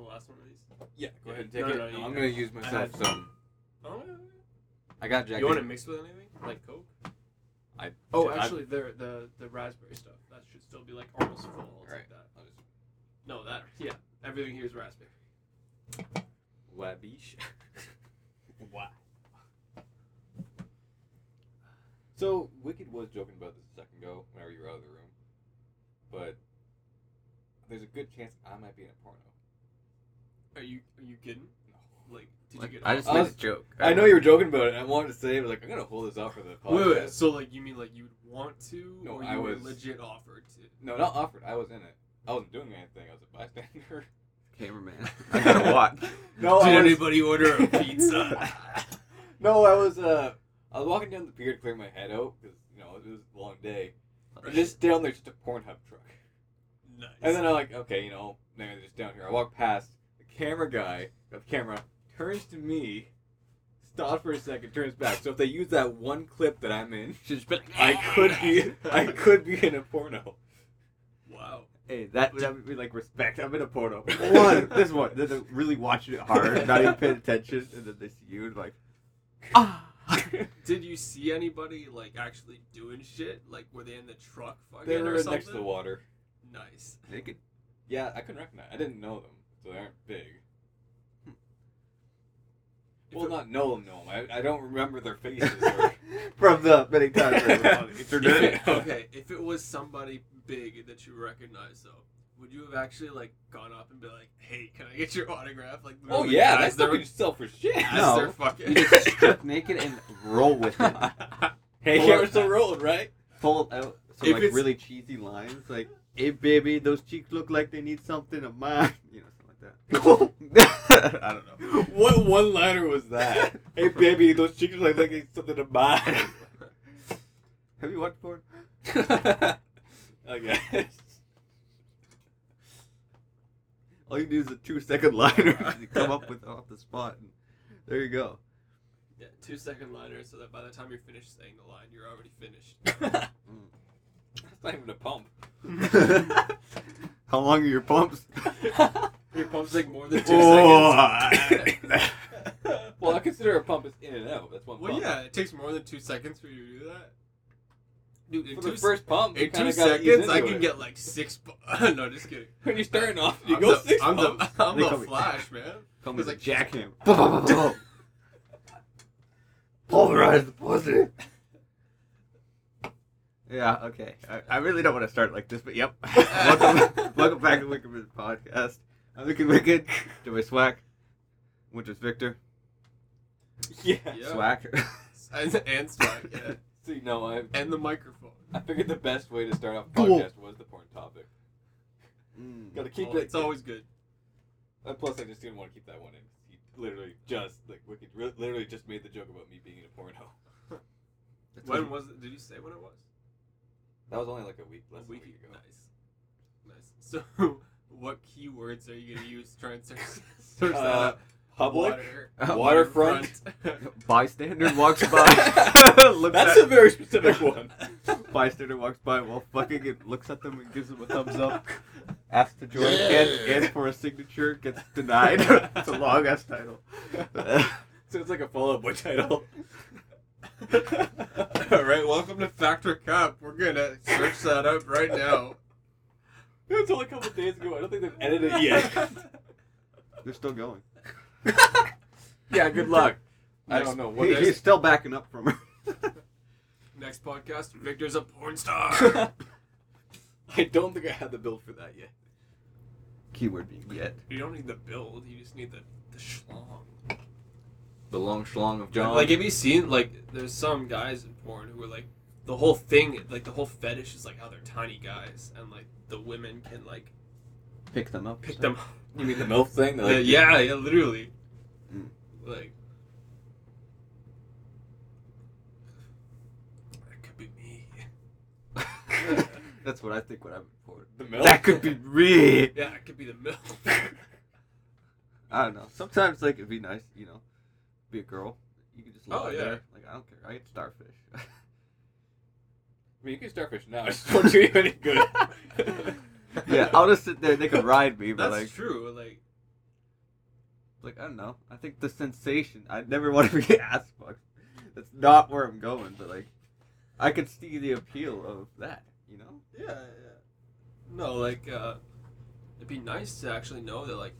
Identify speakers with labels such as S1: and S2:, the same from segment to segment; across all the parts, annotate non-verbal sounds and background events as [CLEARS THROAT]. S1: last one of these?
S2: Yeah, go
S1: Yeah.
S2: ahead and take
S1: No,
S2: it.
S1: no, you-
S2: I'm gonna use
S1: I
S2: myself
S1: had-
S2: some.
S1: Oh, yeah,
S2: I got
S1: yeah.
S2: Jack.
S1: you want to mix with anything like Coke?
S2: I-
S1: oh,
S2: I-
S1: actually, the the the raspberry stuff that should still be like almost full. I'll take
S2: Right.
S1: that. No, that yeah. Everything here is raspberry.
S2: Wabish. [LAUGHS]
S3: Wow.
S2: So Wicked was joking about this a second ago, whenever you were out of the room, but there's a good chance I might be in a porno.
S1: Are you are you kidding? Like, did
S4: Like,
S1: you get?
S4: I
S1: off?
S4: just
S2: I
S4: made
S2: was-
S4: a joke.
S2: I know you were joking about it. and I wanted to say, but like, I'm gonna hold this out for the podcast.
S1: Wait, wait, so like you mean like you'd want to,
S2: No,
S1: or you
S2: I
S1: were
S2: was-
S1: legit offered to?
S2: No, not offered. I was in it. I wasn't doing anything. I was
S1: [LAUGHS]
S2: a bystander.
S4: cameraman. I
S3: [LAUGHS]
S4: gotta watch.
S2: [LAUGHS] No,
S1: Did
S2: Oh, I was,
S1: anybody order
S2: [LAUGHS]
S1: a pizza?
S2: no, I was. Uh, I was walking down the pier to clear my head out because you know it was a long day. And just down there's just a Pornhub truck.
S1: nice.
S2: And then I'm like, okay, you know, they're just down here. I walk past the camera guy, the camera turns to me, stops for a second, turns back. So if they use that one clip that I'm in, [LAUGHS]
S4: She's just been like,
S2: I could be, I could be in a porno.
S1: wow.
S3: Hey, that would, that would be like respect. I'm in a porno.
S2: One, [LAUGHS]
S3: One, this one. Then they're really watching it hard, not even paying attention, and then they see you and like,
S2: [LAUGHS]
S4: ah.
S1: Did you see anybody like actually doing shit? Like, were they in the truck fucking
S2: They
S1: or
S2: were
S1: something?
S2: next to the water.
S1: Nice.
S4: [LAUGHS] Naked. [LAUGHS]
S2: Yeah, I couldn't recognize. I didn't know them, so they aren't big.
S1: If
S2: Well,
S1: it-
S2: not know them, know 'em. I, I don't remember their faces.
S3: [LAUGHS]
S2: Or,
S3: from the many times I was
S4: [LAUGHS]
S3: on the internet.
S1: If it-
S2: [LAUGHS]
S1: okay, if it was somebody big that you recognize though, would you have actually like gone up and be like, "Hey, can I get your autograph?" Like,
S2: oh
S1: literally
S2: yeah,
S1: as
S2: that's
S1: they're [LAUGHS]
S2: fucking selfish shit.
S1: as
S3: No.
S1: they're
S4: You
S1: fucking.
S4: just strip naked and roll with [LAUGHS] it.
S2: [LAUGHS] Hey,
S3: Well,
S2: camera's still rolling, right?
S3: Pull out some
S1: If
S3: like
S1: it's-
S3: really cheesy lines, like, "Hey, baby, those cheeks look like they need something of mine," [LAUGHS] you know, something like that.
S4: [LAUGHS]
S3: I don't know. [LAUGHS]
S2: What one liner was that? hey, baby, those chickens like like it's something to buy.
S3: [LAUGHS] Have you watched porn?
S2: I guess. [LAUGHS]
S3: All you do is a
S4: [LAUGHS]
S3: two-second liner [LAUGHS] you come up with off the spot, and there you go.
S1: [LAUGHS] yeah, two second liner, so that by the time you're finished saying the line, you're already
S2: [LAUGHS]
S1: finished.
S2: That's not even a pump.
S3: [LAUGHS] How long are your pumps?
S1: Your pump's like more than two
S3: Oh,
S2: [LAUGHS]
S1: seconds.
S2: well, I consider a pump is in and out. That's one
S1: [LAUGHS] well,
S2: pump.
S1: yeah, it takes more than two seconds for you to do that. Dude, in
S2: For
S1: two,
S2: the
S1: s-
S2: first pump, you
S1: in
S2: kinda
S1: two
S2: gotta ease
S1: seconds, I
S2: into
S1: can
S2: it.
S1: get like six. Bu- [LAUGHS] no, just kidding.
S2: When you're starting off, you
S1: I'm
S2: go
S1: the,
S2: six
S1: I'm the-
S2: pumps.
S1: [LAUGHS] I'm
S3: They
S1: the
S3: call me-
S1: Flash, man.
S3: Come
S1: It's
S3: with a
S1: like-
S3: jackhammer. Boom, boom, boom, boom. [LAUGHS] Pulverize the pussy. Yeah, okay. I, I really don't want to start like this, but
S1: [LAUGHS]
S3: yep. welcome, welcome back to Wicked Minute Podcast. I'm Wicked Wicked. To my swack, which is Victor.
S2: [LAUGHS] Yeah.
S1: Yeah.
S3: Swack.
S1: And, and swag, yeah.
S2: See, no, I,
S1: and the microphone.
S2: I figured the best way to start off a
S3: Cool.
S2: podcast was the porn topic. Gotta keep
S1: Oh,
S2: it.
S1: it's always good.
S2: And plus, I just didn't want to keep that one in. He literally just like wicked, re- literally just made the joke about me being in a porno.
S1: [LAUGHS]
S3: That's
S1: When
S3: what-
S1: was it? Did you say when it was?
S2: That was only like a week, less
S1: A week
S2: than a week
S1: ago. Nice. Nice. [LAUGHS]
S2: ago.
S3: [LAUGHS]
S1: So, what keywords are you going to use to try and search, [LAUGHS] search that
S2: Uh,
S1: up?
S2: Public
S1: Water,
S3: Uh,
S2: waterfront.
S3: bystander walks
S2: [LAUGHS]
S3: by. [LAUGHS] looks
S2: That's a
S3: at,
S2: very specific
S3: [LAUGHS]
S2: one. [LAUGHS]
S3: bystander walks by while fucking it, looks at them and gives them a thumbs up. Asks to join in, in for a signature, gets denied. it's a long ass title.
S2: so it's like a follow up
S1: [LAUGHS]
S2: boy title.
S1: [LAUGHS]
S2: [LAUGHS]
S1: All right, welcome to Factor Cup. We're going to search that up right
S2: [LAUGHS]
S1: now.
S2: It was only a couple days ago. I don't think they've edited
S1: [LAUGHS]
S2: it yet.
S3: They're still going.
S2: yeah, good luck. I
S1: Next-
S2: don't know what
S3: [LAUGHS] He, he's still backing up from her. [LAUGHS]
S1: Next podcast, Victor's a porn star.
S2: [LAUGHS] I don't think I had the build for that yet.
S3: Keyword being yet.
S1: you don't need the build, you just need the, the schlong.
S2: The long schlong of John.
S1: Like, have you seen like there's some guys in porn who are like the whole thing, like the whole fetish is like how they're tiny guys, and like the women can like
S3: Pick them up.
S1: pick them.
S2: [LAUGHS]
S1: [LAUGHS]
S2: you mean the MILF thing? They're
S1: Uh, Yeah,
S2: Like, Hmm.
S1: yeah, yeah, literally.
S3: Mm.
S1: Like that could be me.
S3: [LAUGHS]
S1: [LAUGHS]
S3: That's what I think. What I'm for.
S2: The MILF?
S3: That could be me.
S1: Yeah, it could be the milk.
S3: I don't know. Sometimes like it'd be nice, you know, be a girl. You could just lie
S1: Oh, yeah.
S3: there. Like I don't care. I get starfish.
S1: [LAUGHS]
S3: [LAUGHS]
S2: I mean, you can starfish now. [LAUGHS] I just won't do you any good.
S3: yeah, I'll just sit there. They could ride me, but
S1: That's
S3: like
S1: true. Like
S3: Like I don't know. I think the sensation. I never [LAUGHS] want to be ass fucked. That's not where I'm going, but like, I could see the appeal of that. You know?
S1: Yeah, yeah. No, like uh, it'd be nice to actually know that like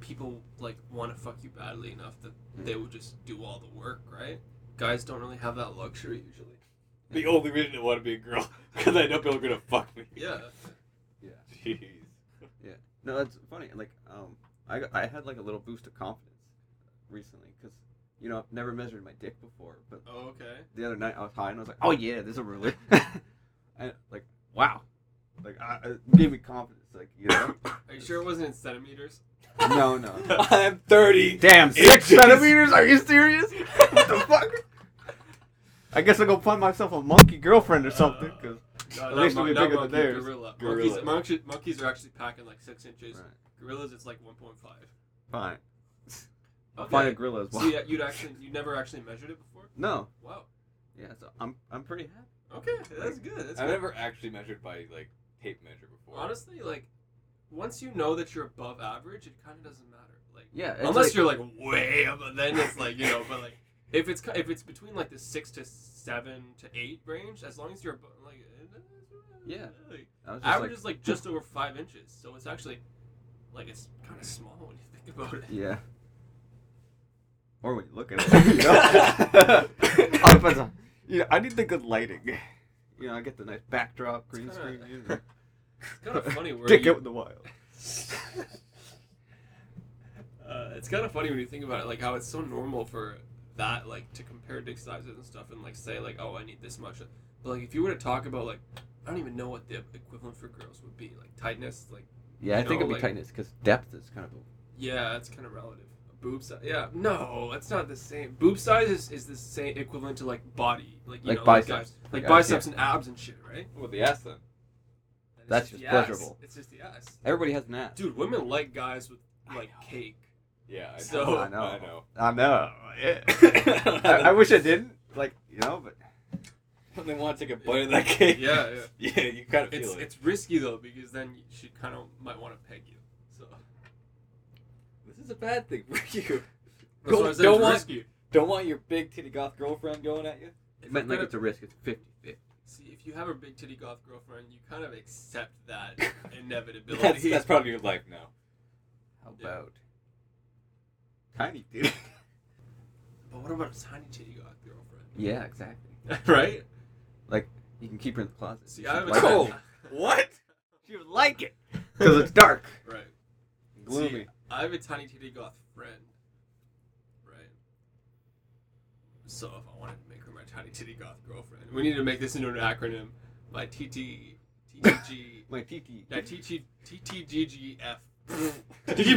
S1: people like want to fuck you badly enough that they will just do all the work, right? Guys don't really have that luxury usually.
S2: The only reason I want to be a girl because I know people are gonna fuck me.
S1: Yeah.
S2: Jeez. [LAUGHS]
S3: No, it's funny. Like, um, I, got- I had like a little boost of confidence recently because you know I've never measured my dick before, but
S1: Oh, okay.
S3: the other night I was high and I was like, oh yeah, there's a ruler. [LAUGHS] and like, wow, like I, it gave me confidence. Like, you know,
S1: Are you sure it wasn't in centimeters?
S3: no, no.
S2: I'm
S3: [LAUGHS]
S2: 30.
S3: Damn, six
S2: Inches.
S3: centimeters? Are you serious? What the fuck? I guess I'll go find myself a monkey girlfriend or something. Cause
S1: No,
S3: At
S1: not
S3: least it'll
S1: mon-
S3: be
S1: not
S3: bigger than
S1: monkey,
S3: theirs.
S1: Gorilla.
S2: Gorilla.
S1: Monkeys, monkeys, monkeys are actually packing like six inches.
S3: Right.
S1: Gorillas, it's like 1.5.
S3: fine, I'll
S1: Okay.
S3: find a gorilla as well.
S1: So you, you'd actually, you never actually measured it before?
S3: No,
S1: Wow.
S3: yeah, so I'm I'm pretty happy.
S1: Okay, that's good. That's
S2: I've
S1: good.
S2: never actually measured by like tape measure before. [LAUGHS]
S1: Honestly, like, once you know that you're above average, it kind of doesn't matter. Like,
S3: Yeah, it's
S1: unless
S3: like-
S1: you're like way up, then it's like you know. But like, if it's ki- if it's between like the six to seven to eight range, as long as you're abo- like, it doesn't-
S3: Yeah.
S1: like,
S3: I was just
S1: average
S3: like,
S1: is like just over five inches, so it's actually like it's kind of small when you think
S3: [LAUGHS]
S1: about it.
S3: yeah. Or when you look [LAUGHS] at it, you [LAUGHS] know? Oh, it depends on- you know, I need the good lighting. You know, I get the nice backdrop, green
S1: It's
S3: screen.
S1: kinda-
S3: you know.
S1: It's kind of funny
S3: [LAUGHS]
S1: where
S3: Dick
S1: you-
S3: out in the wild.
S1: Uh, it's kind of funny when you think about it, like how it's so normal for that, like to compare dick sizes and stuff, and like say like, oh, I need this much. But like, if you were to talk about like, I don't even know what the equivalent for girls would be, like tightness, like
S3: Yeah, I
S1: You
S3: think
S1: know,
S3: it'd be
S1: like-
S3: tightness because depth is kind of a,
S1: yeah, it's kind of relative. Boob size, yeah, no, it's not the same. Boob size is, is the same equivalent to like body, like you
S3: Like
S1: know, like,
S3: biceps.
S1: guys,
S3: For
S1: like
S3: guys,
S1: biceps and abs and shit, right?
S2: What about the ass then?
S1: And it's
S3: That's just
S1: the ass.
S3: pleasurable.
S1: It's just the ass,
S3: everybody has an ass.
S1: dude. Women like guys with like cake.
S2: Yeah, I
S1: So-
S2: know.
S3: I know.
S2: [LAUGHS] I know.
S3: I know. yeah. I,
S2: I,
S3: I wish
S2: [LAUGHS]
S3: I didn't. Like you know, but
S2: They want to take a bite of that cake.
S1: Yeah, yeah.
S2: [LAUGHS] Yeah, you kind of feel
S1: It's
S2: it.
S1: it's risky though because then she kind of might want to peg you. So [LAUGHS]
S2: This is a bad thing for [LAUGHS] you.
S1: that's
S2: Don't-
S1: why I said
S2: don't
S1: it's
S2: want-
S1: risky.
S2: Don't want your big titty goth girlfriend going at you.
S1: If
S3: it meant
S1: you
S3: like
S1: gotta-
S3: it's a risk. It's 50 50.
S1: see if you have a big titty goth girlfriend, you kind of accept
S2: [LAUGHS]
S1: that inevitability.
S2: That's, that's part of your life now.
S3: How
S1: Yeah.
S3: about tiny dude?
S1: But what about a tiny titty goth girlfriend?
S3: [LAUGHS]
S1: [LAUGHS]
S3: yeah, exactly.
S1: right?
S3: You can keep her in the closet.
S1: See,
S3: She'd
S1: I have a
S3: like
S2: Oh,
S3: it [LAUGHS]
S1: [LAUGHS]
S2: What?
S3: She would like it because it's dark, [LAUGHS]
S1: right.
S3: gloomy.
S1: See, I have a tiny titty goth friend. Right. So if I wanted to make her my tiny titty goth girlfriend, we need to make this into an acronym. My TT TTG.
S3: My tiki.
S1: Yeah, TT TTGGF.
S2: [LAUGHS] Did you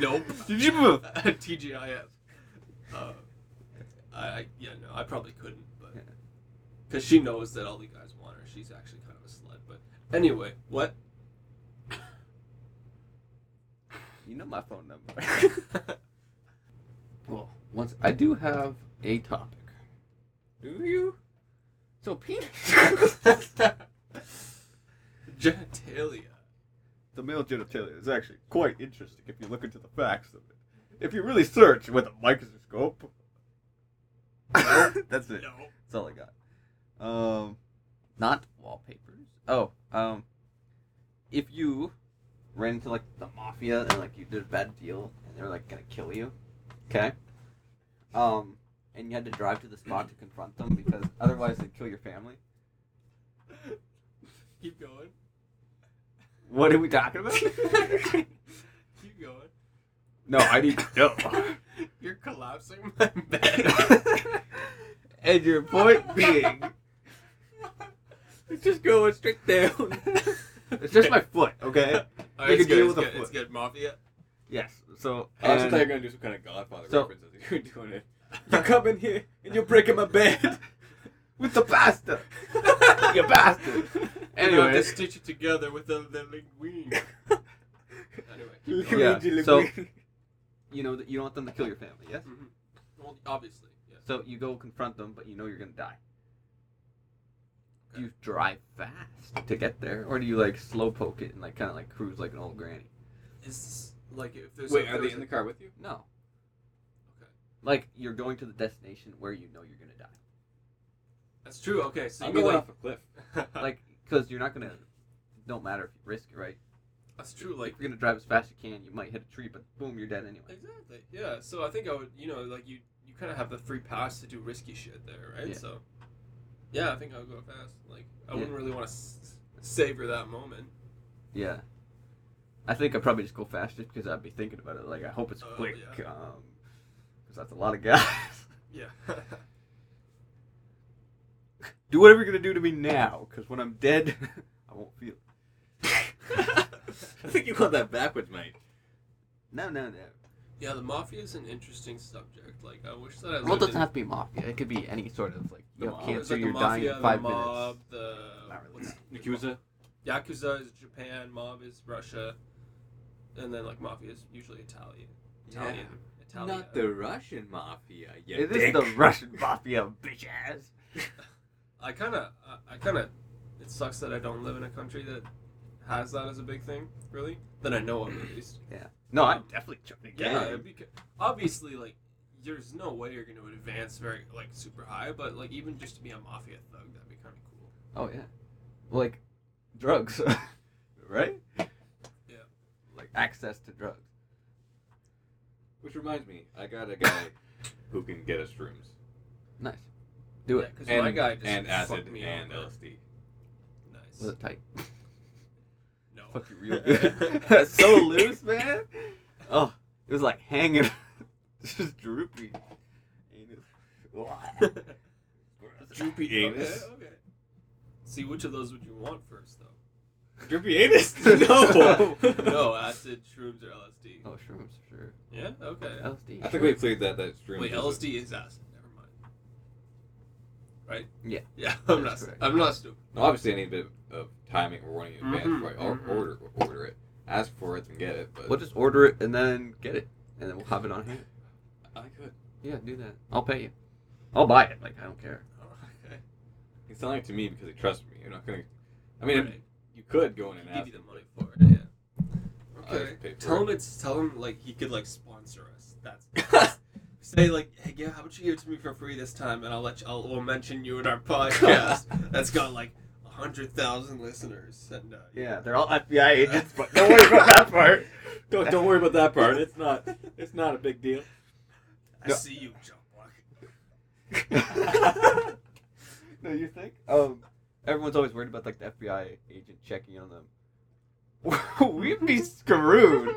S1: [LAUGHS]
S2: [LAUGHS]
S1: nope.
S3: Did you move?
S1: [LAUGHS] TGIF. Uh, I, I yeah no, I probably couldn't, but
S3: Yeah.
S1: because she knows that all the guys want her, she's actually kind of a slut. But anyway, what? [LAUGHS]
S3: You know my phone number. well, once I do have a topic.
S2: Do you? [LAUGHS]
S3: So penis.
S1: Genitalia.
S3: the male genitalia is actually quite interesting if you look into the facts of it. If you really search with a microscope. [LAUGHS] That's it.
S1: No.
S3: That's all I got. Um, not wallpapers. Oh, um, if you ran into like the mafia and like you did a bad deal and they were like gonna kill you, okay?
S2: [LAUGHS]
S3: Um, and you had to drive to the spot to confront them because otherwise they'd kill your family.
S1: [LAUGHS] Keep
S3: [LAUGHS]
S1: going.
S3: What are we talking about?
S1: Keep going.
S3: no, I need to know.
S1: [LAUGHS] You're collapsing my [LAUGHS] bed.
S3: [LAUGHS] and your point being,
S2: It's just going straight down.
S3: it's just my foot, [LAUGHS] okay?
S1: [LAUGHS] All
S3: You
S1: right, it's
S3: can deal
S1: good. It's
S3: with a
S1: good.
S3: foot.
S1: It's good. Mafia.
S3: Yes. So
S2: I also thought
S3: and-
S2: you were gonna do some kind of Godfather
S3: So-
S2: reference. as You were doing it. You come in here and you're breaking my bed.
S3: with the pasta, [LAUGHS] you
S1: You
S3: bastard.
S1: have to
S3: Anyway,
S1: stitch it together with the, the linguine. anyway. keep
S2: [LAUGHS] You
S1: going.
S2: can
S3: Yeah,
S2: read your
S3: so-
S2: linguine.
S3: [LAUGHS] you know that you don't want them to kill your family. Yes.
S1: Mhm. Well, obviously, yes.
S3: So you go confront them, but you know you're gonna die. Do
S1: Okay.
S3: you drive fast to get there, or do you like slow poke it and like kind of like cruise like an old granny?
S1: Is Like if there's
S2: Wait,
S1: if
S2: are
S1: there's
S2: they in the car with you?
S3: No.
S1: Okay.
S3: Like you're going to the destination where you know you're gonna die.
S1: That's true. Okay, so
S2: I'm
S1: you mean
S2: going
S1: like
S2: off a [LAUGHS] cliff.
S3: Like [LAUGHS] because you're not gonna. Don't matter if you risk it, right?
S1: that's true.
S3: Like
S1: Like
S3: if you're gonna drive as fast as you can, you might hit a tree, but boom, you're dead anyway.
S1: exactly. Yeah. So I think I would. You know, like you you kind of have the free pass to do risky shit there, right?
S3: Yeah.
S1: So yeah, I think I would go fast. Like I wouldn't really want to s- savor that moment.
S3: Yeah. I think I'd probably just go fast just because I'd be thinking about it. Like I hope it's
S1: Oh,
S3: quick, Um 'cause
S1: yeah.
S3: that's a lot of gas. [LAUGHS]
S1: Yeah.
S3: do whatever you're gonna do to me now, because when I'm dead, [LAUGHS] I won't feel.
S2: I think you got that backwards, mate.
S3: No, no, no.
S1: yeah, the mafia is an interesting subject. Like I wish that I
S3: Well, it
S1: lived
S3: doesn't
S1: in-
S3: have to be mafia. It could be any sort of like
S2: The
S3: you have
S2: mob.
S1: There's,
S3: cancer,
S1: like, the
S3: you're dying
S1: mafia,
S3: in five
S1: the
S3: minutes.
S1: mob, The
S3: Not really.
S1: what's-
S2: Yakuza.
S1: Yakuza is Japan, mob is Russia, and then like mafia is usually Italian. Italian. Italian.
S2: Not the Russian mafia. You
S3: It is
S2: dick.
S3: the Russian mafia, bitch ass.
S1: I kind of, I, I kind of, it sucks that I don't live in a country that has that as a big thing, really. That I know of at least.
S3: No, I'm definitely trying to get
S1: Yeah,
S3: it.
S1: it'd be, obviously, like, there's no way you're going to advance very, like, super high, but, like, even just to be a mafia thug, that'd be kind of cool.
S3: Oh yeah, like drugs, [LAUGHS] right?
S1: Yeah.
S3: Like access to drugs.
S2: Which reminds me, I got a guy who can get us rooms.
S3: Nice. Do it.
S1: Because
S2: And,
S1: my guy just
S2: and
S1: fucked
S2: acid
S1: me
S2: and
S1: over.
S2: LSD.
S1: Nice.
S3: Was it tight?
S1: no.
S3: Fuck you [LAUGHS] real good. so loose, man. Oh, it was like hanging. [LAUGHS] it's just droopy. Anus. Oh,
S1: [LAUGHS]
S2: Droopy anus.
S1: Okay, okay. See, which of those would you want first, though?
S2: Droopy anus?
S3: [LAUGHS]
S2: No!
S1: no, acid, shrooms, or LSD.
S3: Oh, shrooms, sure.
S1: Yeah? Okay.
S3: LSD.
S2: I think
S3: sure.
S2: we played that. That's room.
S1: Wait, LSD is acid. Never mind. Right?
S3: Yeah.
S1: Yeah. I'm not.
S3: That's correct.
S1: I'm not stupid. [LAUGHS]
S2: No, obviously, I need a bit of timing or warning in advance.
S1: Mhm,
S3: Mm-hmm,
S2: Right? Or
S1: mhm.
S2: order, order it. Ask for it and get it. But
S3: We'll just order it and then get it, and then we'll have it on hand.
S2: I could.
S3: Yeah, do that. I'll pay you. I'll buy it. Like I don't care.
S1: Okay.
S2: He's selling it to me because he trusts me. You're not gonna. I mean, you could go in and
S1: give
S2: ask.
S1: you the
S2: him,
S1: money for it.
S2: but
S1: Yeah.
S2: I'll
S1: Okay.
S2: just pay for
S1: Tell him
S2: it.
S1: it's. Tell him like he could like sponsor us. That's. Say like, hey, yeah, how about you give it to me for free this time, and I'll let you. I'll we'll mention you in our podcast. That's got like a hundred thousand listeners, and uh,
S3: Yeah, they're all FBI
S1: agents,
S3: but
S1: don't worry about that
S3: [LAUGHS] part.
S2: [LAUGHS] Don't don't worry about that part. It's not. It's not a big deal.
S1: I
S3: No.
S1: see you, Joe Block.
S3: no, you think? Um, everyone's always worried about like the FBI agent checking on them. [LAUGHS] We'd be screwed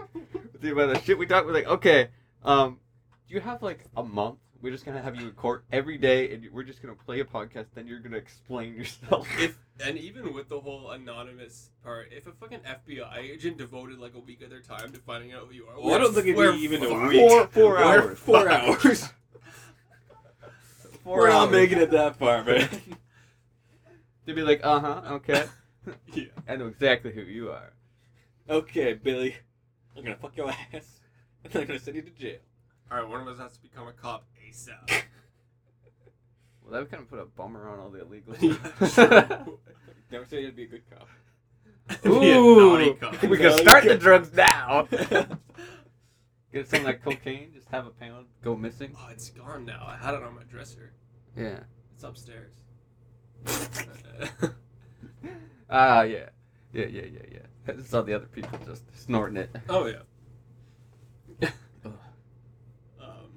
S3: with the amount of shit we talk. We're like, okay, um, do you have like a month? We're just gonna have you in court every day, and you- we're just gonna play a podcast. Then you're gonna explain [LAUGHS] yourself.
S1: if and even with the whole anonymous part, if a fucking FBI agent devoted like a week of their time to finding out who you are,
S2: Well, I don't think it'd
S1: we're
S2: be even
S1: fucked.
S2: a week.
S3: Four- four
S2: We're
S3: hours.
S2: [LAUGHS] Four
S3: [LAUGHS]
S2: hours.
S3: Four
S2: We're not
S3: hours.
S2: making it that far,
S3: [LAUGHS]
S2: man.
S3: They'd be like, uh huh, okay,
S1: Yeah.
S3: [LAUGHS] I know exactly who you are.
S2: okay, Billy. I'm gonna fuck your ass, [LAUGHS] and I'm gonna send you to jail.
S1: All right, one of us has to become a cop ASAP.
S3: Well, that would kind of put a bummer on all the [LAUGHS] illegals.
S1: Yeah, true.
S2: Never said you'd be a good cop.
S1: Be a naughty cop.
S3: we
S2: No,
S3: can
S2: you
S3: start the
S2: can't.
S3: drugs [LAUGHS] now. Get something like cocaine, just have a pound, go missing.
S1: Oh, it's gone now. I had it on my dresser.
S3: Yeah.
S1: It's upstairs. [LAUGHS]
S3: Ah, yeah. Yeah, yeah, yeah, yeah. I just saw the other people just snorting it.
S1: oh yeah. um,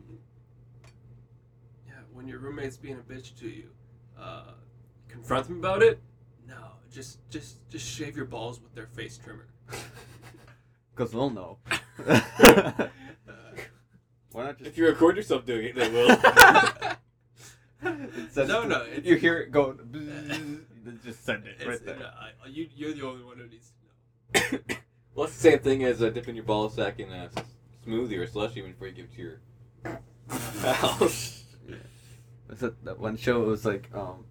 S1: yeah. When your roommate's being a bitch to you, uh, confront them about it. No, just just just shave your balls with their face trimmer.
S3: Because
S1: [LAUGHS]
S3: they'll know.
S1: Uh, [LAUGHS]
S3: Why not just.
S2: If you record yourself doing it, they will.
S3: It sends
S1: No,
S3: to-
S1: no, it's-
S3: you hear it
S1: [LAUGHS]
S3: going. bzzz, then just send it
S1: It's-
S3: right there.
S1: I- I- you, you're the only one who needs to know.
S2: [LAUGHS] well, it's the same thing as uh, dipping your ball sack in a s- smoothie or slushy before you give it to your
S3: [LAUGHS]
S2: house.
S3: Was it that one show? It was like um,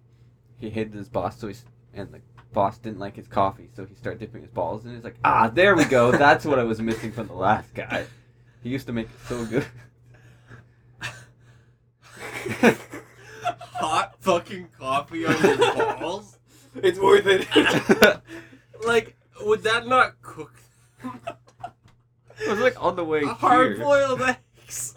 S3: he hated his boss, so he's and the boss didn't like his coffee, so he started dipping his balls, and he's like, ah, there we go. That's what I was missing from the last guy. He used to make it so good.
S1: [LAUGHS]
S3: [LAUGHS]
S1: Hot fucking coffee on your balls?
S2: [LAUGHS] It's worth it.
S1: Like, would that not cook? them?
S3: It was like on the way
S2: hard
S3: here.
S1: boiled
S3: [LAUGHS]
S1: eggs.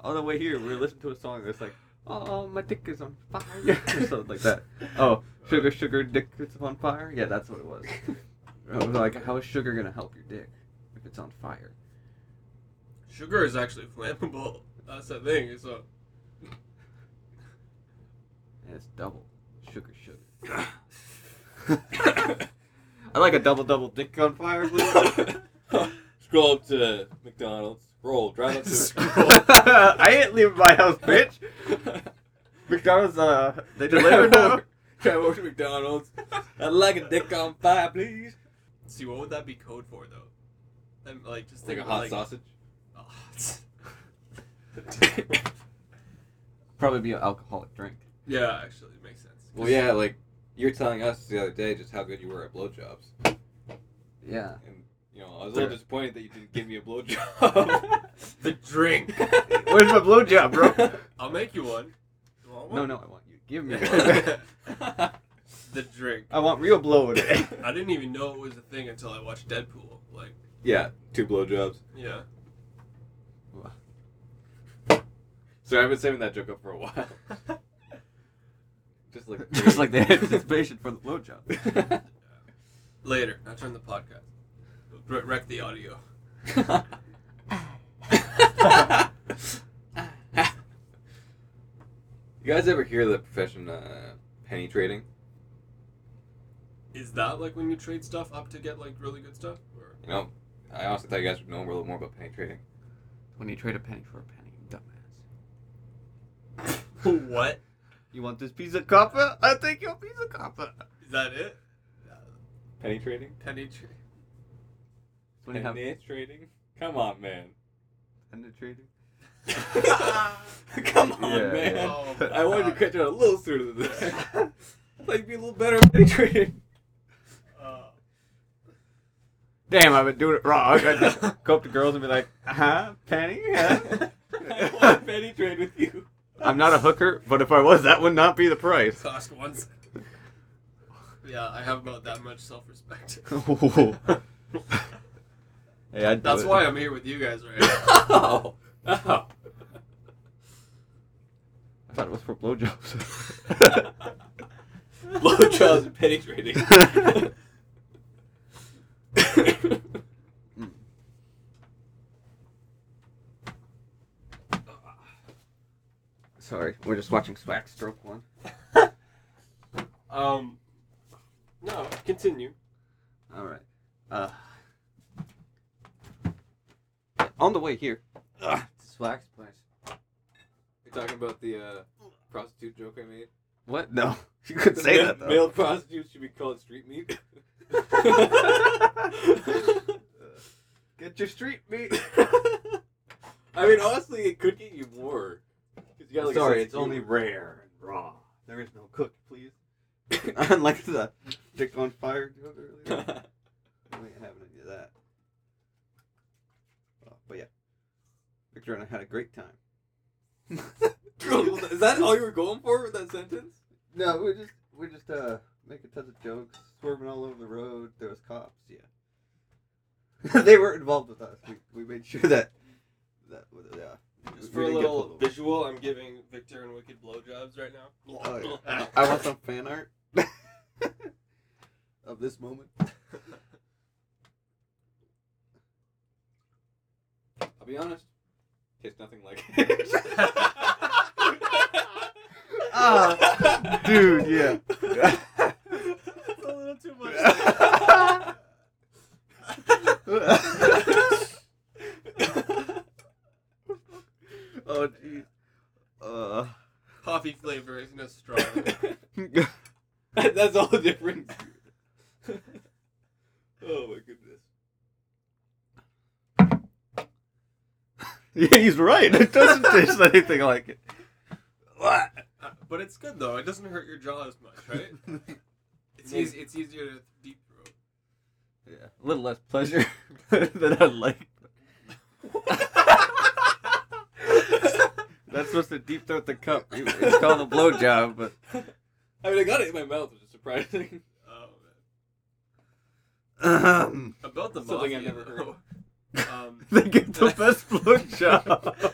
S3: on the way here, we were listening to a song that's like, "Oh, my dick is on
S1: [LAUGHS]
S3: fire," or something like that. Oh, sugar, sugar, dick is on fire. Yeah, that's what
S4: [LAUGHS]
S3: it was. I was like, "How is sugar gonna help your dick if it's on fire?"
S1: Sugar is actually flammable. That's the thing. So
S3: And it's double sugar, sugar. I like a double, double dick on
S1: [LAUGHS]
S2: [LAUGHS]
S3: fire.
S2: Scroll up to McDonald's. Roll. Drive [LAUGHS] up
S1: Scroll.
S3: [LAUGHS] I ain't leaving my house, bitch.
S2: to.
S3: McDonald's, uh, they
S4: [LAUGHS]
S3: deliver now.
S2: Drive over to McDonald's. [LAUGHS] I'd like a dick on fire, please.
S1: see, what would that be code for though? And, like just
S2: Like
S1: think of,
S2: a hot
S1: like,
S2: [LAUGHS] sausage.
S1: a hot-
S3: Probably be an alcoholic drink.
S1: [LAUGHS] yeah, actually, it makes sense.
S2: Well, yeah, like you were telling us the other day just how good you were at blowjobs,
S3: Yeah.
S2: and you know I was a little
S3: Sure.
S2: disappointed that you didn't [LAUGHS] give me a blowjob.
S1: The drink.
S3: Where's my
S4: [LAUGHS]
S3: blowjob, bro?
S1: I'll make you one. You want
S3: no,
S1: one?
S3: no, I want you.
S4: [LAUGHS]
S3: Give me. one.
S2: [LAUGHS]
S1: the drink.
S3: I want real blow in it.
S1: I didn't even know it was a thing until I watched Deadpool. Like,
S2: [LAUGHS] yeah, two blowjobs.
S1: yeah.
S2: So I've been saving that joke up for a
S4: [LAUGHS]
S2: while. Just like
S4: Just
S3: [LAUGHS]
S4: like
S2: [LAUGHS]
S4: the anticipation for the blowjob.
S1: Later, not during the podcast. It'll wre- wreck the audio.
S2: you guys ever hear the profession uh, penny trading?
S1: Is that like when you trade stuff up to get like really good stuff? Or
S2: You know, I honestly thought you guys would know a little more about penny trading.
S4: When you trade a penny for a penny, you dumbass.
S1: [LAUGHS] what?
S3: You want this piece of copper? I'll take your piece of copper.
S1: Is that it?
S2: Penny trading?
S1: Penny trade.
S4: When you have
S2: trading? Come on, man.
S3: Penetrating.
S2: [LAUGHS] Come on,
S3: Yeah,
S2: man.
S3: yeah. [LAUGHS]
S1: Oh,
S2: I wanted to
S1: God.
S2: cut you out a little sooner than this. [LAUGHS] I thought you'd be a little better at penny trading.
S1: [LAUGHS] [LAUGHS] Uh,
S3: Damn, I've been doing it wrong. I
S1: [LAUGHS]
S3: just go up to girls and be like, huh, penny? Huh? [LAUGHS]
S2: I want to penny trade with you.
S3: I'm not a hooker, but if I was, that would not be
S1: [LAUGHS]
S3: the price.
S1: cost one second. Yeah, I have about that much self [LAUGHS] respect.
S3: Ooh. hey, I'd do
S1: That's
S3: it.
S1: why I'm [LAUGHS] here with you guys right now. [LAUGHS]
S2: Oh. Oh.
S3: I thought it was
S1: [LAUGHS]
S3: for blowjobs.
S2: Blowjobs and penny trading.
S3: Sorry, we're just watching Swag Stroke One.
S1: Um, no, continue.
S3: All right. Uh, on the way here, uh, to Swag's place.
S2: You're talking about the uh, prostitute joke I made?
S3: What? No, [LAUGHS] you could say
S2: Male-
S3: that though.
S2: Male prostitutes should be called street meat.
S3: Get your street meat.
S2: I mean, honestly, it could get you more. 'Cause you got, like, a
S3: Sorry,
S2: sense
S3: it's
S2: of
S3: only
S2: humor.
S3: rare and raw. There is no cook, [LAUGHS] please. Unlike the dick on fire joke [LAUGHS] earlier. we ain't having any of that. Uh, but yeah, Victor and I had a great time.
S2: [LAUGHS] Is that all you were going for with that sentence?
S3: [LAUGHS] No, we're just we're just uh making tons of jokes, swerving all over the road. There was cops, yeah. [LAUGHS] they were involved with us. We, we made sure that that was- yeah.
S1: Just
S3: we
S1: for a
S3: didn't get
S1: little
S3: pulled over.
S1: visual, I'm giving Victor and Wicked blowjobs right now. [LAUGHS]
S3: Oh, yeah. I want some fan art [LAUGHS] of this moment.
S2: I'll be honest. Tastes nothing like
S3: [LAUGHS] Ah, dude, yeah.
S1: That's a little too much.
S3: [LAUGHS] oh jeez. Uh.
S1: Coffee flavor isn't as
S3: [LAUGHS]
S1: strong.
S2: [LAUGHS] That's all the difference. [LAUGHS] oh my goodness.
S3: yeah, he's right. It doesn't taste anything like [LAUGHS] it.
S1: Uh, but it's good though. It doesn't hurt your jaw as much,
S3: [LAUGHS]
S1: right? It's
S2: Yeah.
S1: easy, It's easier to deep throat.
S3: Yeah, a little less pleasure [LAUGHS] than I like. That's supposed to deep throat the cup. It's called a blowjob, but
S2: I mean, I got it in my mouth, which is surprising.
S1: Oh, man.
S3: um,
S1: About the
S2: Something
S1: mafia,
S2: I've never
S1: though. Um, [LAUGHS]
S3: they get the best blowjob.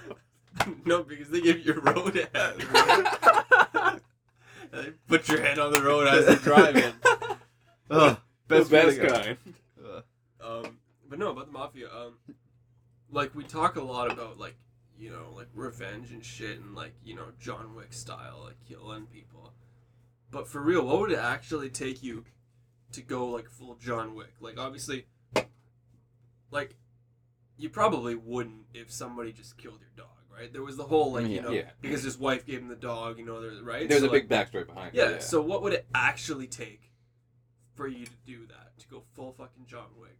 S1: no, because they give you
S3: [LAUGHS]
S1: road head. They put your head on the road [LAUGHS] as
S3: [LAUGHS]
S1: you're driving.
S3: Ugh,
S2: the [LAUGHS] best
S3: feeling
S2: kind.
S3: ever. Ugh.
S1: Um, but no, about the mafia. Um, like we talk a lot about like you know like revenge and shit and like you know John Wick style like killing people. But for real, what would it actually take you to go like full John Wick? Like obviously, like you probably wouldn't if somebody just killed your dog, right? There was the whole like you
S3: Yeah.
S1: know
S2: Yeah.
S1: because his wife gave him the dog, you know, there, right?
S2: There's
S1: So,
S2: a
S1: like,
S2: big backstory behind
S1: yeah,
S2: it. Yeah.
S1: So what would it actually take for you to do that? To go full fucking John Wick?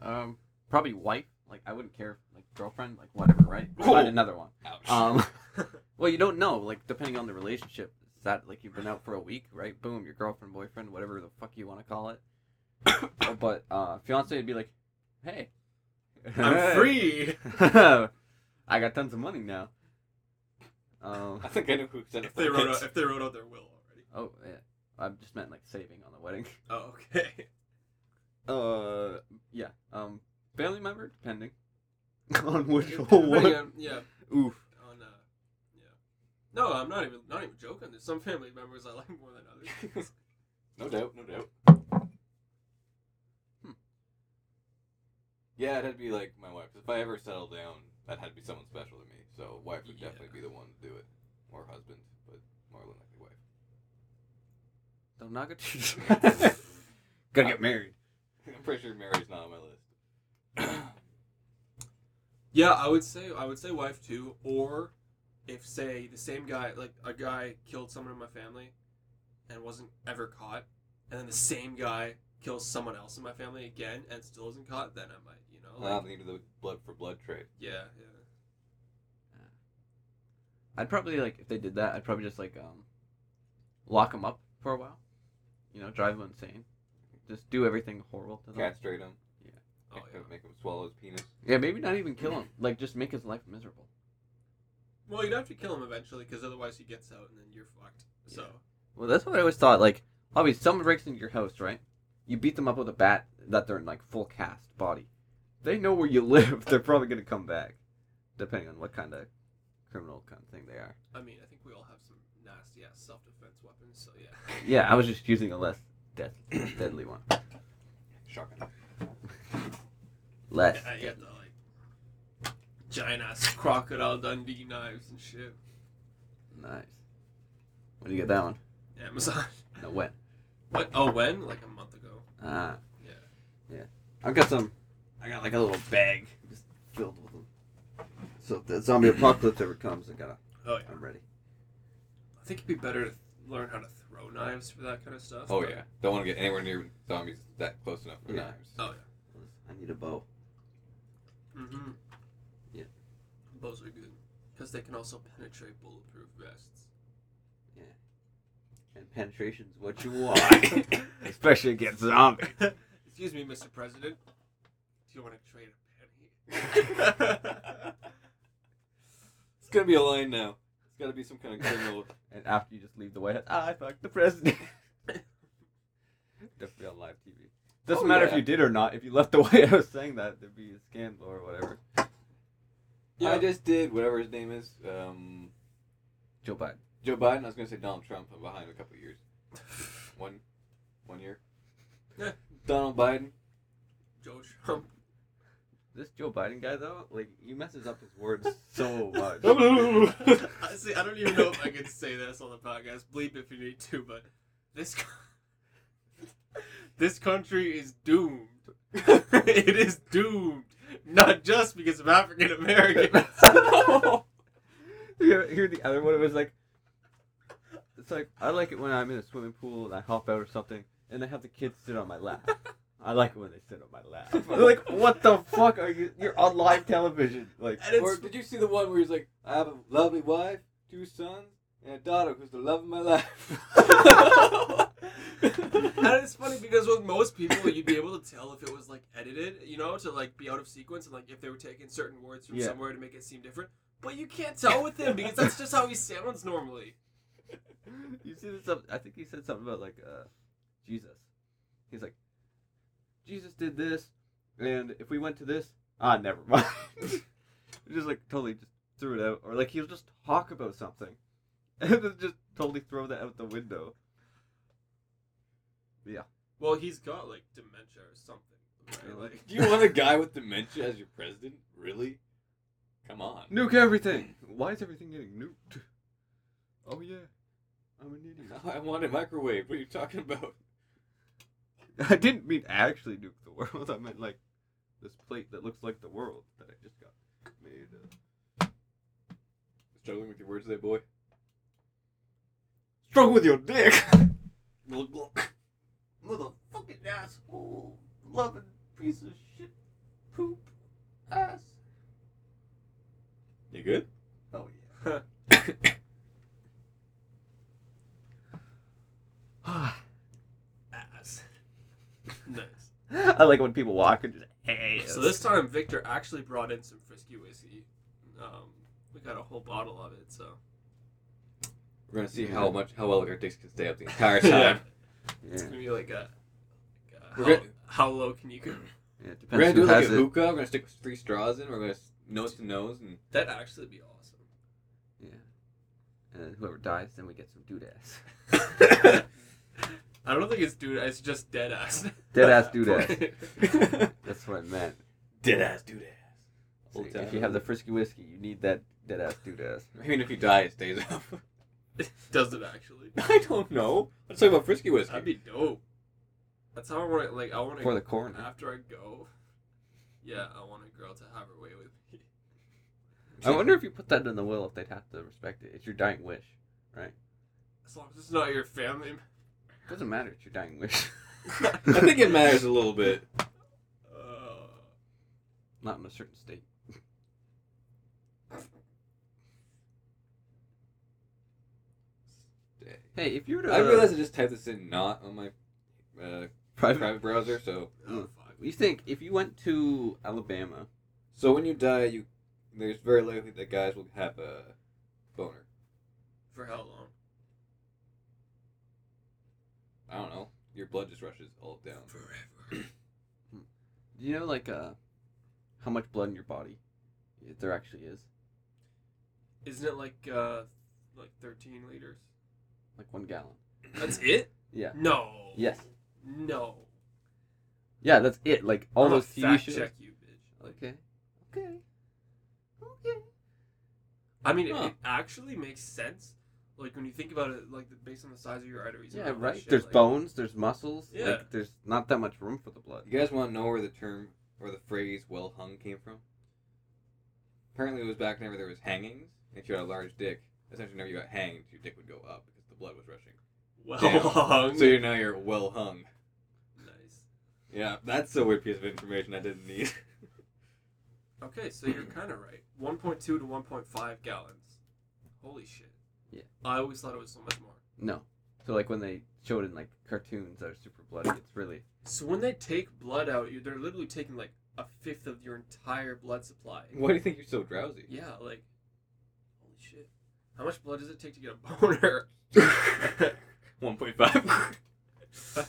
S3: Um, probably wife. Like I wouldn't care. Like girlfriend. Like whatever. Right. Find
S2: Oh.
S3: another one.
S2: Ouch. [LAUGHS]
S3: Um, [LAUGHS] well, you don't know. Like depending on the relationship, is that like you've been out for a week, right? Boom, your girlfriend, boyfriend, whatever the fuck you want to call it. [COUGHS] Uh, but uh, fiance would be like, hey,
S1: I'm free.
S3: [LAUGHS] I got tons of money now. Um.
S2: I think I know who said
S1: If they wrote out, if they wrote out their will already.
S3: Oh yeah. I just meant like saving on the wedding.
S1: Oh, okay.
S3: Uh. Yeah. Um. Family member, depending [LAUGHS] on which
S1: Depending
S3: one.
S1: on- yeah.
S3: [LAUGHS] Oof.
S1: On uh, yeah. No, I'm not even not even joking. There's some family members I like more than others.
S2: no doubt, no doubt. Hmm. Yeah, it had to be like my wife. If I ever settled down, that had to be someone special to me. So wife would
S1: Yeah.
S2: definitely be the one to do it, or husband, but more than likely wife. [LAUGHS]
S3: Don't knock it. [LAUGHS] Gotta get married.
S2: I'm pretty sure marriage is not on my list.
S1: Yeah, I would say I would say wife too, or if say the same guy like a guy killed someone in my family and wasn't ever caught, and then the same guy kills someone else in my family again and still isn't caught, then I might, you know,
S2: Well,
S1: like,
S2: I'm into the blood for blood trade.
S1: yeah, yeah.
S3: I'd probably like if they did that. I'd probably just like um, lock them up for a while. You know, drive them insane. Just do everything horrible to them.
S2: Castrate him.
S1: Oh yeah.
S2: Make him swallow his penis.
S3: Yeah, maybe not even kill him. Like just make his life miserable.
S1: Well, you'd have to kill him eventually because otherwise he gets out and then you're fucked. So
S3: Well, that's what I always thought. Like, obviously, someone breaks into your house, right? You beat them up with a bat that they're in like full cast body. They know where you [LAUGHS] live. They're probably gonna come back, depending on what kind of criminal kind of thing they are.
S1: I mean, I think we all have some nasty ass self defense weapons. So
S2: [LAUGHS]
S1: yeah.
S3: Yeah, I was just using a less death, deadly one.
S2: Shotgun.
S3: Less.
S1: I got the like giant ass crocodile Dundee knives and shit.
S3: Nice. When did you get that one?
S1: Amazon. [LAUGHS]
S3: No, when?
S1: What? Oh, when? Like a month ago.
S3: Ah.
S1: Yeah.
S3: Yeah. I've got some. I got like a little bag just filled with them. So if the zombie apocalypse ever comes, I gotta.
S1: Oh yeah.
S3: I'm ready.
S1: I think it'd be better to learn how to throw knives for that kind of stuff.
S2: Oh
S1: but-
S2: yeah. Don't want to get anywhere near zombies that close enough for
S3: Yeah.
S2: knives.
S1: Oh
S3: I need a bow.
S1: yeah. Mm-hmm.
S3: Yeah.
S1: Those are good because they can also penetrate bulletproof vests.
S3: And penetration's [LAUGHS] what you want. Especially against zombies.
S1: Excuse me, Mr. President. Do you want to trade a penny?
S2: It's gonna be a line now. It's gotta be some kind of [LAUGHS] criminal.
S3: And after you just leave the White House, I fucked the president. Definitely on live TV. Doesn't
S2: Oh,
S3: matter if
S2: yeah.
S3: you did or not. If you left the [LAUGHS] White House saying that, there'd be a scandal or whatever.
S1: Uh,
S2: I just did whatever his name is. Um,
S3: Joe Biden.
S2: Joe Biden. I was gonna say Donald Trump. I'm behind a couple [LAUGHS] years. One, one year.
S1: Yeah.
S2: Donald Biden. [LAUGHS]
S1: Joe Trump.
S3: This Joe Biden guy though, like he messes up his words [LAUGHS] so much.
S1: I see. I don't even know if I can say this on the podcast. Bleep if you need to, but this co- [LAUGHS] this country is doomed. [LAUGHS] it is doomed, not just because of African
S3: [LAUGHS]
S1: Americans.
S3: you hear the other one? It was like, it's like I like it when I'm in a swimming pool and I hop out or something, and I have the kids sit on my lap. I like it when they sit on my [LAUGHS] lap. They're like, what the fuck are you? You're on live television. Like,
S1: And it's
S2: Or did you see the one where he's like, I have a lovely wife, two sons, and a daughter who's the love of my [LAUGHS] life.
S1: and it's funny because with most people, you'd be able to tell if it was like edited, you know, to like be out of sequence and like if they were taking certain words from
S3: Yeah.
S1: somewhere to make it seem different. But you can't tell with him because that's just how he sounds normally.
S3: you see this? Stuff, I think he said something about like uh, Jesus. He's like, Jesus did this, and if we went to this, ah, never mind. [LAUGHS] just like totally just threw it out, or like he'll just talk about something, [LAUGHS] and then just totally throw that out the window.
S1: Well, he's got like dementia or something, right?
S3: Really?
S1: Like,
S2: Do you want a guy with dementia as your president? Really? Come on.
S3: Nuke everything. Why is everything getting nuked? Oh yeah, I'm an idiot.
S2: I want a microwave. What are you talking about?
S3: I didn't mean actually nuke the world. I meant like this plate that looks like the world that I just got made. Of.
S2: Struggling with your words there, boy. Struggle with your dick.
S5: Motherfucking asshole. Loving piece of shit. Poop. Ass.
S2: You good?
S5: Oh, yeah.
S1: ass. nice.
S3: [LAUGHS] I like when people walk and just hey.
S1: So this time Victor actually brought in some frisky whiskey. Um, we got a whole bottle of it. So
S2: We're gonna see how much how well our dicks can stay up the entire
S3: [LAUGHS]
S2: time.
S1: Yeah. it's
S3: Yeah,
S1: gonna be like a. Like a
S2: We're
S1: how,
S2: gonna-
S1: how low can you go?
S3: yeah, it
S2: We're gonna
S3: depends
S2: do it
S3: who
S2: like a
S3: has it.
S2: hookah. We're gonna stick three straws in. We're gonna s- nose to nose
S3: [LAUGHS]
S2: and
S1: That'd actually be awesome.
S3: Yeah, and then whoever dies, then we get some dude ass.
S1: I don't think it's dude. It's just dead ass.
S3: [LAUGHS] Dead ass
S1: [LAUGHS]
S3: dude ass. [LAUGHS] That's what I meant.
S2: dead ass dude ass.
S3: See, if you have the frisky whiskey, you need that dead ass dude ass.
S2: even if you die, it stays up. [LAUGHS]
S1: Does it actually?
S2: I don't know. Let's talk about frisky whiskey.
S1: That'd be dope. That's how I want to. Like I want
S3: For
S1: to.
S3: the coroner.
S1: After I go, yeah, I want a girl to have her way with me.
S3: I wonder if you put that in the will if they'd have to respect it. It's your dying wish.
S1: As long as it's not your family. [LAUGHS]
S3: doesn't matter. It's your dying wish. [LAUGHS]
S2: I think it matters a little bit.
S1: Uh,
S3: Not in a certain state. Hey, if you were to
S2: I
S3: [LAUGHS]
S2: realize I just typed this in not on my uh,
S3: private,
S2: private browser. So
S1: oh,
S3: Mm.
S1: fuck.
S3: you think if you went to Alabama,
S2: so when you die, you there's very likely that guys will have a boner.
S1: For how long?
S2: I don't know. Your blood just rushes all down.
S1: Forever.
S3: do you know like uh, how much blood in your body Yeah, there actually is?
S1: Isn't it like uh, like thirteen liters?
S3: Like one gallon.
S1: That's it?
S3: Yeah.
S1: No.
S3: Yes.
S1: No.
S3: Yeah, that's it. Like all
S1: I'ma
S3: those TV
S1: fact
S3: shows.
S1: check you, bitch. Like,
S3: Okay. Okay. Okay.
S1: I mean, it,
S2: Huh.
S1: it actually makes sense. Like when you think about it, like the, based on the size of your arteries. and
S3: Yeah,
S1: all that
S3: right.
S1: shit,
S3: there's
S1: like,
S3: bones. There's muscles.
S1: Yeah.
S3: Like, there's not that much room for the blood.
S2: You guys want to know where the term or the phrase "well hung" came from? Apparently, it was back whenever there was hangings. If you had a large dick, essentially, whenever you got hanged, your dick would go up because the blood was rushing.
S1: [LAUGHS] Well, [LAUGHS]
S2: Damn.
S1: hung.
S2: So you're now you're well hung.
S1: nice.
S2: Yeah, that's a weird piece of information I didn't need.
S1: Okay, so
S3: [CLEARS THROAT]
S1: you're kind of right. 1.2 to 1.5 gallons. Holy shit.
S3: Yeah.
S1: I always thought it was so much more.
S3: No. So like when they show it in like cartoons that are super bloody, it's really
S1: So when they take blood out, you they're literally taking like a fifth of your entire blood supply.
S2: [LAUGHS] Why do you think you're so drowsy?
S1: Yeah, like, holy shit. How much blood does it take to get a [LAUGHS] boner?
S2: [LAUGHS] 1.5.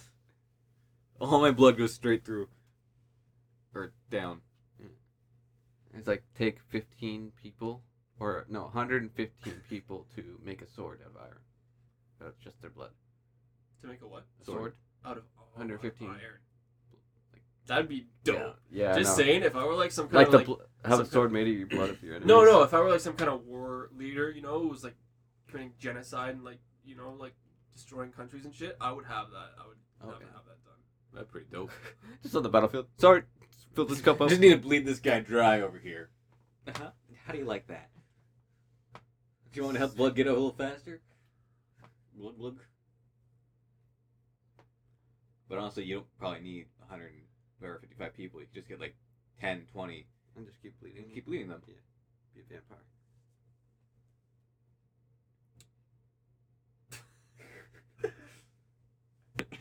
S2: All my blood goes straight through. Or down.
S3: it's like take 15 people or no 115 people to make a sword out of iron. That's just their blood.
S1: to make a what?
S3: A sword.
S1: Out of oh,
S3: 115.
S1: out of iron. That'd be dope.
S3: Yeah. yeah I
S1: Just
S3: know.
S1: saying, if I were like some kind
S3: Like
S1: of
S3: the
S1: like,
S3: bl- have a
S1: some
S3: sword made of your blood if you're enemies.
S1: no, no, if I were like some kind of war leader, you know, who was like committing genocide and like you know like destroying countries and shit, I would have that. I would I would
S3: Okay.
S1: have that done.
S2: That's pretty dope.
S3: Just on the battlefield. Sorry. Fill this cup up.
S2: Just need to bleed this guy dry over here. Uh-huh. How do you like that? Do you want to help blood get out a little faster? Glug glug. But honestly, you don't probably need 100 or 55 people. You can just get like 10, 20,
S3: and just keep bleeding.
S2: and keep bleeding them.
S3: Be a vampire.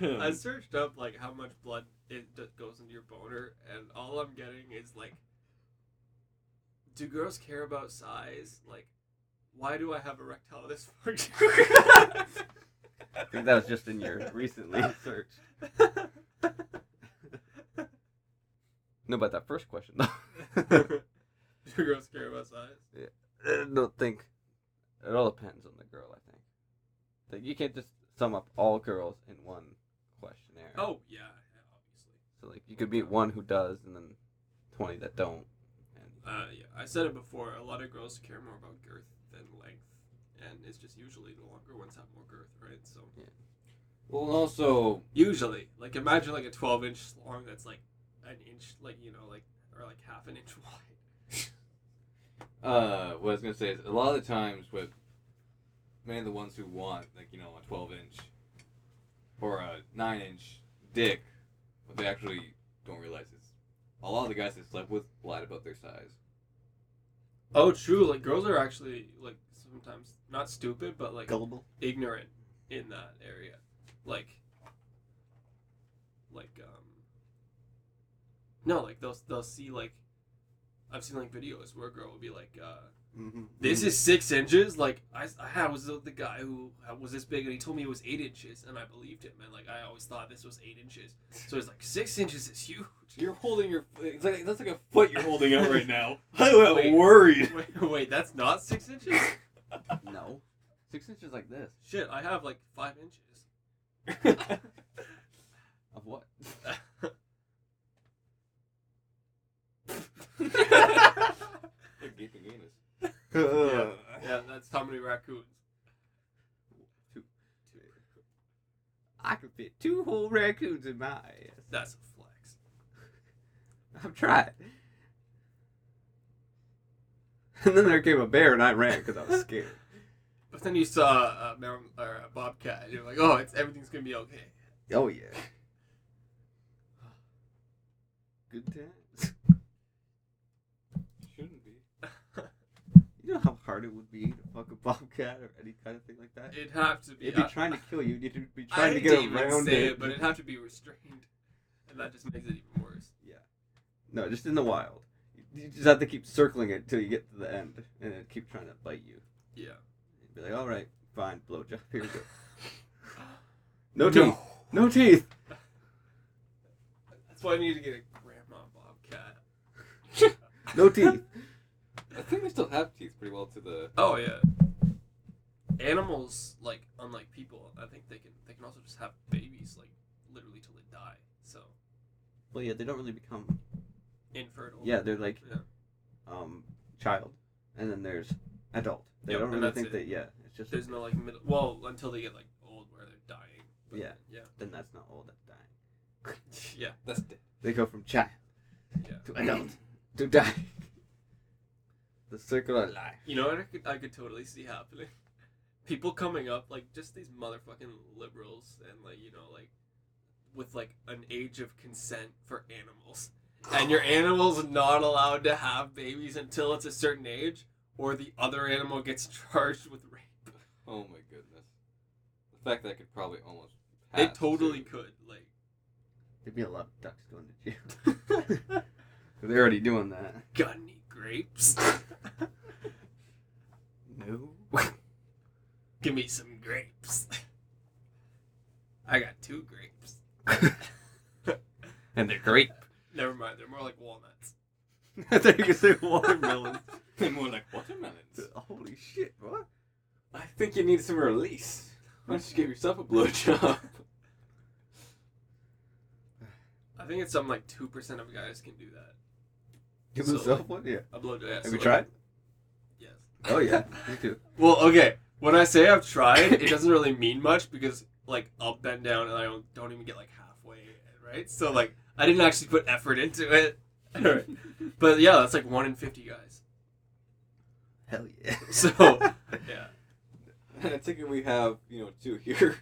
S1: I
S3: Hmm.
S1: searched up like how much blood it d- goes into your boner, and all I'm getting is like, do girls care about size? Like, why do I have erectile dysfunction?
S3: I think that was just
S1: [LAUGHS]
S3: [LAUGHS] in your recently search. No, but that first question though. [LAUGHS]
S1: Two girls care about size.
S3: I don't think it all depends on the girl. I think that you can't just sum up all girls in one questionnaire.
S1: Oh yeah, yeah, obviously.
S3: so like you could meet one who does, and then twenty that don't. And
S1: Uh, yeah, I said it before. A lot of girls care more about girth than length, and it's just usually the longer ones have more girth, right? So
S2: Well, and also,
S1: usually, like imagine like a twelve inch long that's like an inch, like you know, like or like half an inch [LAUGHS] wide.
S2: uh, what I was gonna say is a lot of the times with many of the ones who want, like you know, a 12 inch or a 9 inch dick, what they actually don't realize is a lot of the guys they slept with lied about their size.
S1: Oh, true. Like girls are actually like sometimes not stupid, but like
S6: Gullible.
S1: ignorant in that area. Like, like um, no, like they'll they'll see like, I've seen like videos where a girl will be like, uh.
S6: Mm-hmm.
S1: This is six inches. Like I, I had- was the, the guy who uh, was this big, and he told me it was eight inches, and I believed him. And like I always thought this was eight inches, so it's like six inches is huge. [LAUGHS]
S2: You're holding your. It's like that's like a foot you're holding out right now. [LAUGHS] I
S1: Wait.
S2: got [LAUGHS] worried.
S1: wait, wait, that's not six inches.
S3: [LAUGHS] no, six inches like this
S1: Shit, I have like five inches. [LAUGHS]
S3: of what?
S2: Gaping anus.
S1: yeah, yeah, that's how many raccoons.
S3: I can fit two whole raccoons in my ass.
S1: That's a flex.
S3: [LAUGHS] I've tried. And then there came a bear, and I ran because I was scared.
S1: But then you saw a, mountain, or a bobcat, and you're like, oh, it's everything's gonna be okay.
S3: [LAUGHS]
S1: [LAUGHS]
S3: Oh yeah. [SIGHS] Good times. [LAUGHS]
S2: Shouldn't be.
S3: You know how hard it would be to fuck a bobcat or any kind of thing like that.
S1: It'd have to be.
S3: It'd be
S1: I-
S3: trying to kill you. You'd be
S1: I
S3: trying to get
S1: hate even
S3: around
S1: say
S3: it.
S1: but it'd have to be restrained, and that just makes it even worse.
S3: [LAUGHS] No, just in the wild. You just have to keep circling it till you get to the end, and it keep trying to bite you.
S1: Yeah.
S3: You'd be like, all right, fine, blowjob. Here we go.
S1: [LAUGHS]
S3: No teeth. No teeth.
S1: That's why I need to get a grandma bobcat.
S3: No teeth.
S2: I think they still have teeth pretty well to the.
S1: Oh yeah. Animals, like unlike people, I think they can they can also just have babies like literally till they die. So
S3: well, yeah, they don't really become.
S1: infertile.
S3: Yeah, they're like
S1: Yeah.
S3: um child, and then there's adult. They
S1: Yep,
S3: don't
S1: and
S3: really
S1: that's
S3: think
S1: it.
S3: that. Yeah, it's just
S1: There's no like middle. Well, until they get like old where they're dying.
S3: Yeah.
S1: Yeah. [LAUGHS]
S3: then that's not old. That's dying.
S1: Yeah.
S2: That's dead.
S3: They go from child
S1: Yeah.
S3: to adult to die. [LAUGHS] The circle of life.
S1: You know what I could I could totally see happening. [LAUGHS] People coming up like just these motherfucking liberals and like you know like with like an age of consent for animals. And your animal's not allowed to have babies until it's a certain age or the other animal gets [LAUGHS] charged with rape.
S2: Oh my goodness. The fact that I could probably almost.
S1: They
S2: pass
S1: totally
S2: [LAUGHS] too.
S1: could like
S3: There'd be a lot of ducks going to jail. [LAUGHS] 'Cause They're already doing that.
S1: got any grapes? [LAUGHS]
S3: No.
S1: Give me some grapes. [LAUGHS] I got two grapes.
S3: and they're [LAUGHS] grape.
S1: Never mind, they're more like walnuts.
S3: I thought you could say watermelon. [LAUGHS]
S2: They're more like [LAUGHS] watermelons.
S3: Holy shit! What?
S2: I think you need some release. Why don't you give yourself a [LAUGHS] blowjob?
S1: [LAUGHS] I think it's something like two percent of guys can do that.
S3: Give
S1: So-
S3: yourself one. Yeah.
S1: A blowjob. Yeah, so
S3: Have you
S1: like-
S3: tried?
S1: Yes.
S3: Oh yeah, me too.
S1: Well, okay. When I say I've tried, it doesn't really mean much because like I'll bend down and I don't, don't even get like halfway, right? So like I didn't actually put effort into it. [LAUGHS] but yeah, that's like one in fifty guys.
S3: Hell yeah.
S1: [LAUGHS] So yeah,
S2: I think we have, you know, two here.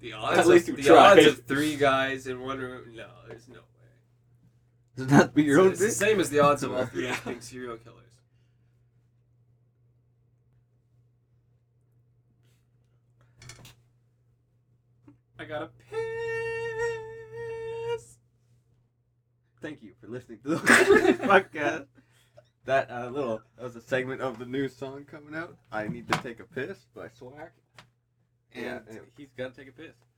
S1: the odds
S2: At least
S1: of,
S2: you
S1: the
S2: tried.
S1: odds of three guys in one room. No, there's no way.
S3: [LAUGHS] Does that be your
S1: So
S3: own
S1: it's the
S3: dick?
S1: same as the odds of all three
S2: Yeah.
S1: being serial killers. I gotta piss.
S3: Thank you for listening to the [LAUGHS] podcast. That uh, little that was a segment of the new song coming out. I need to take a piss by Slack.
S2: And
S3: And-
S2: he's got to take a piss.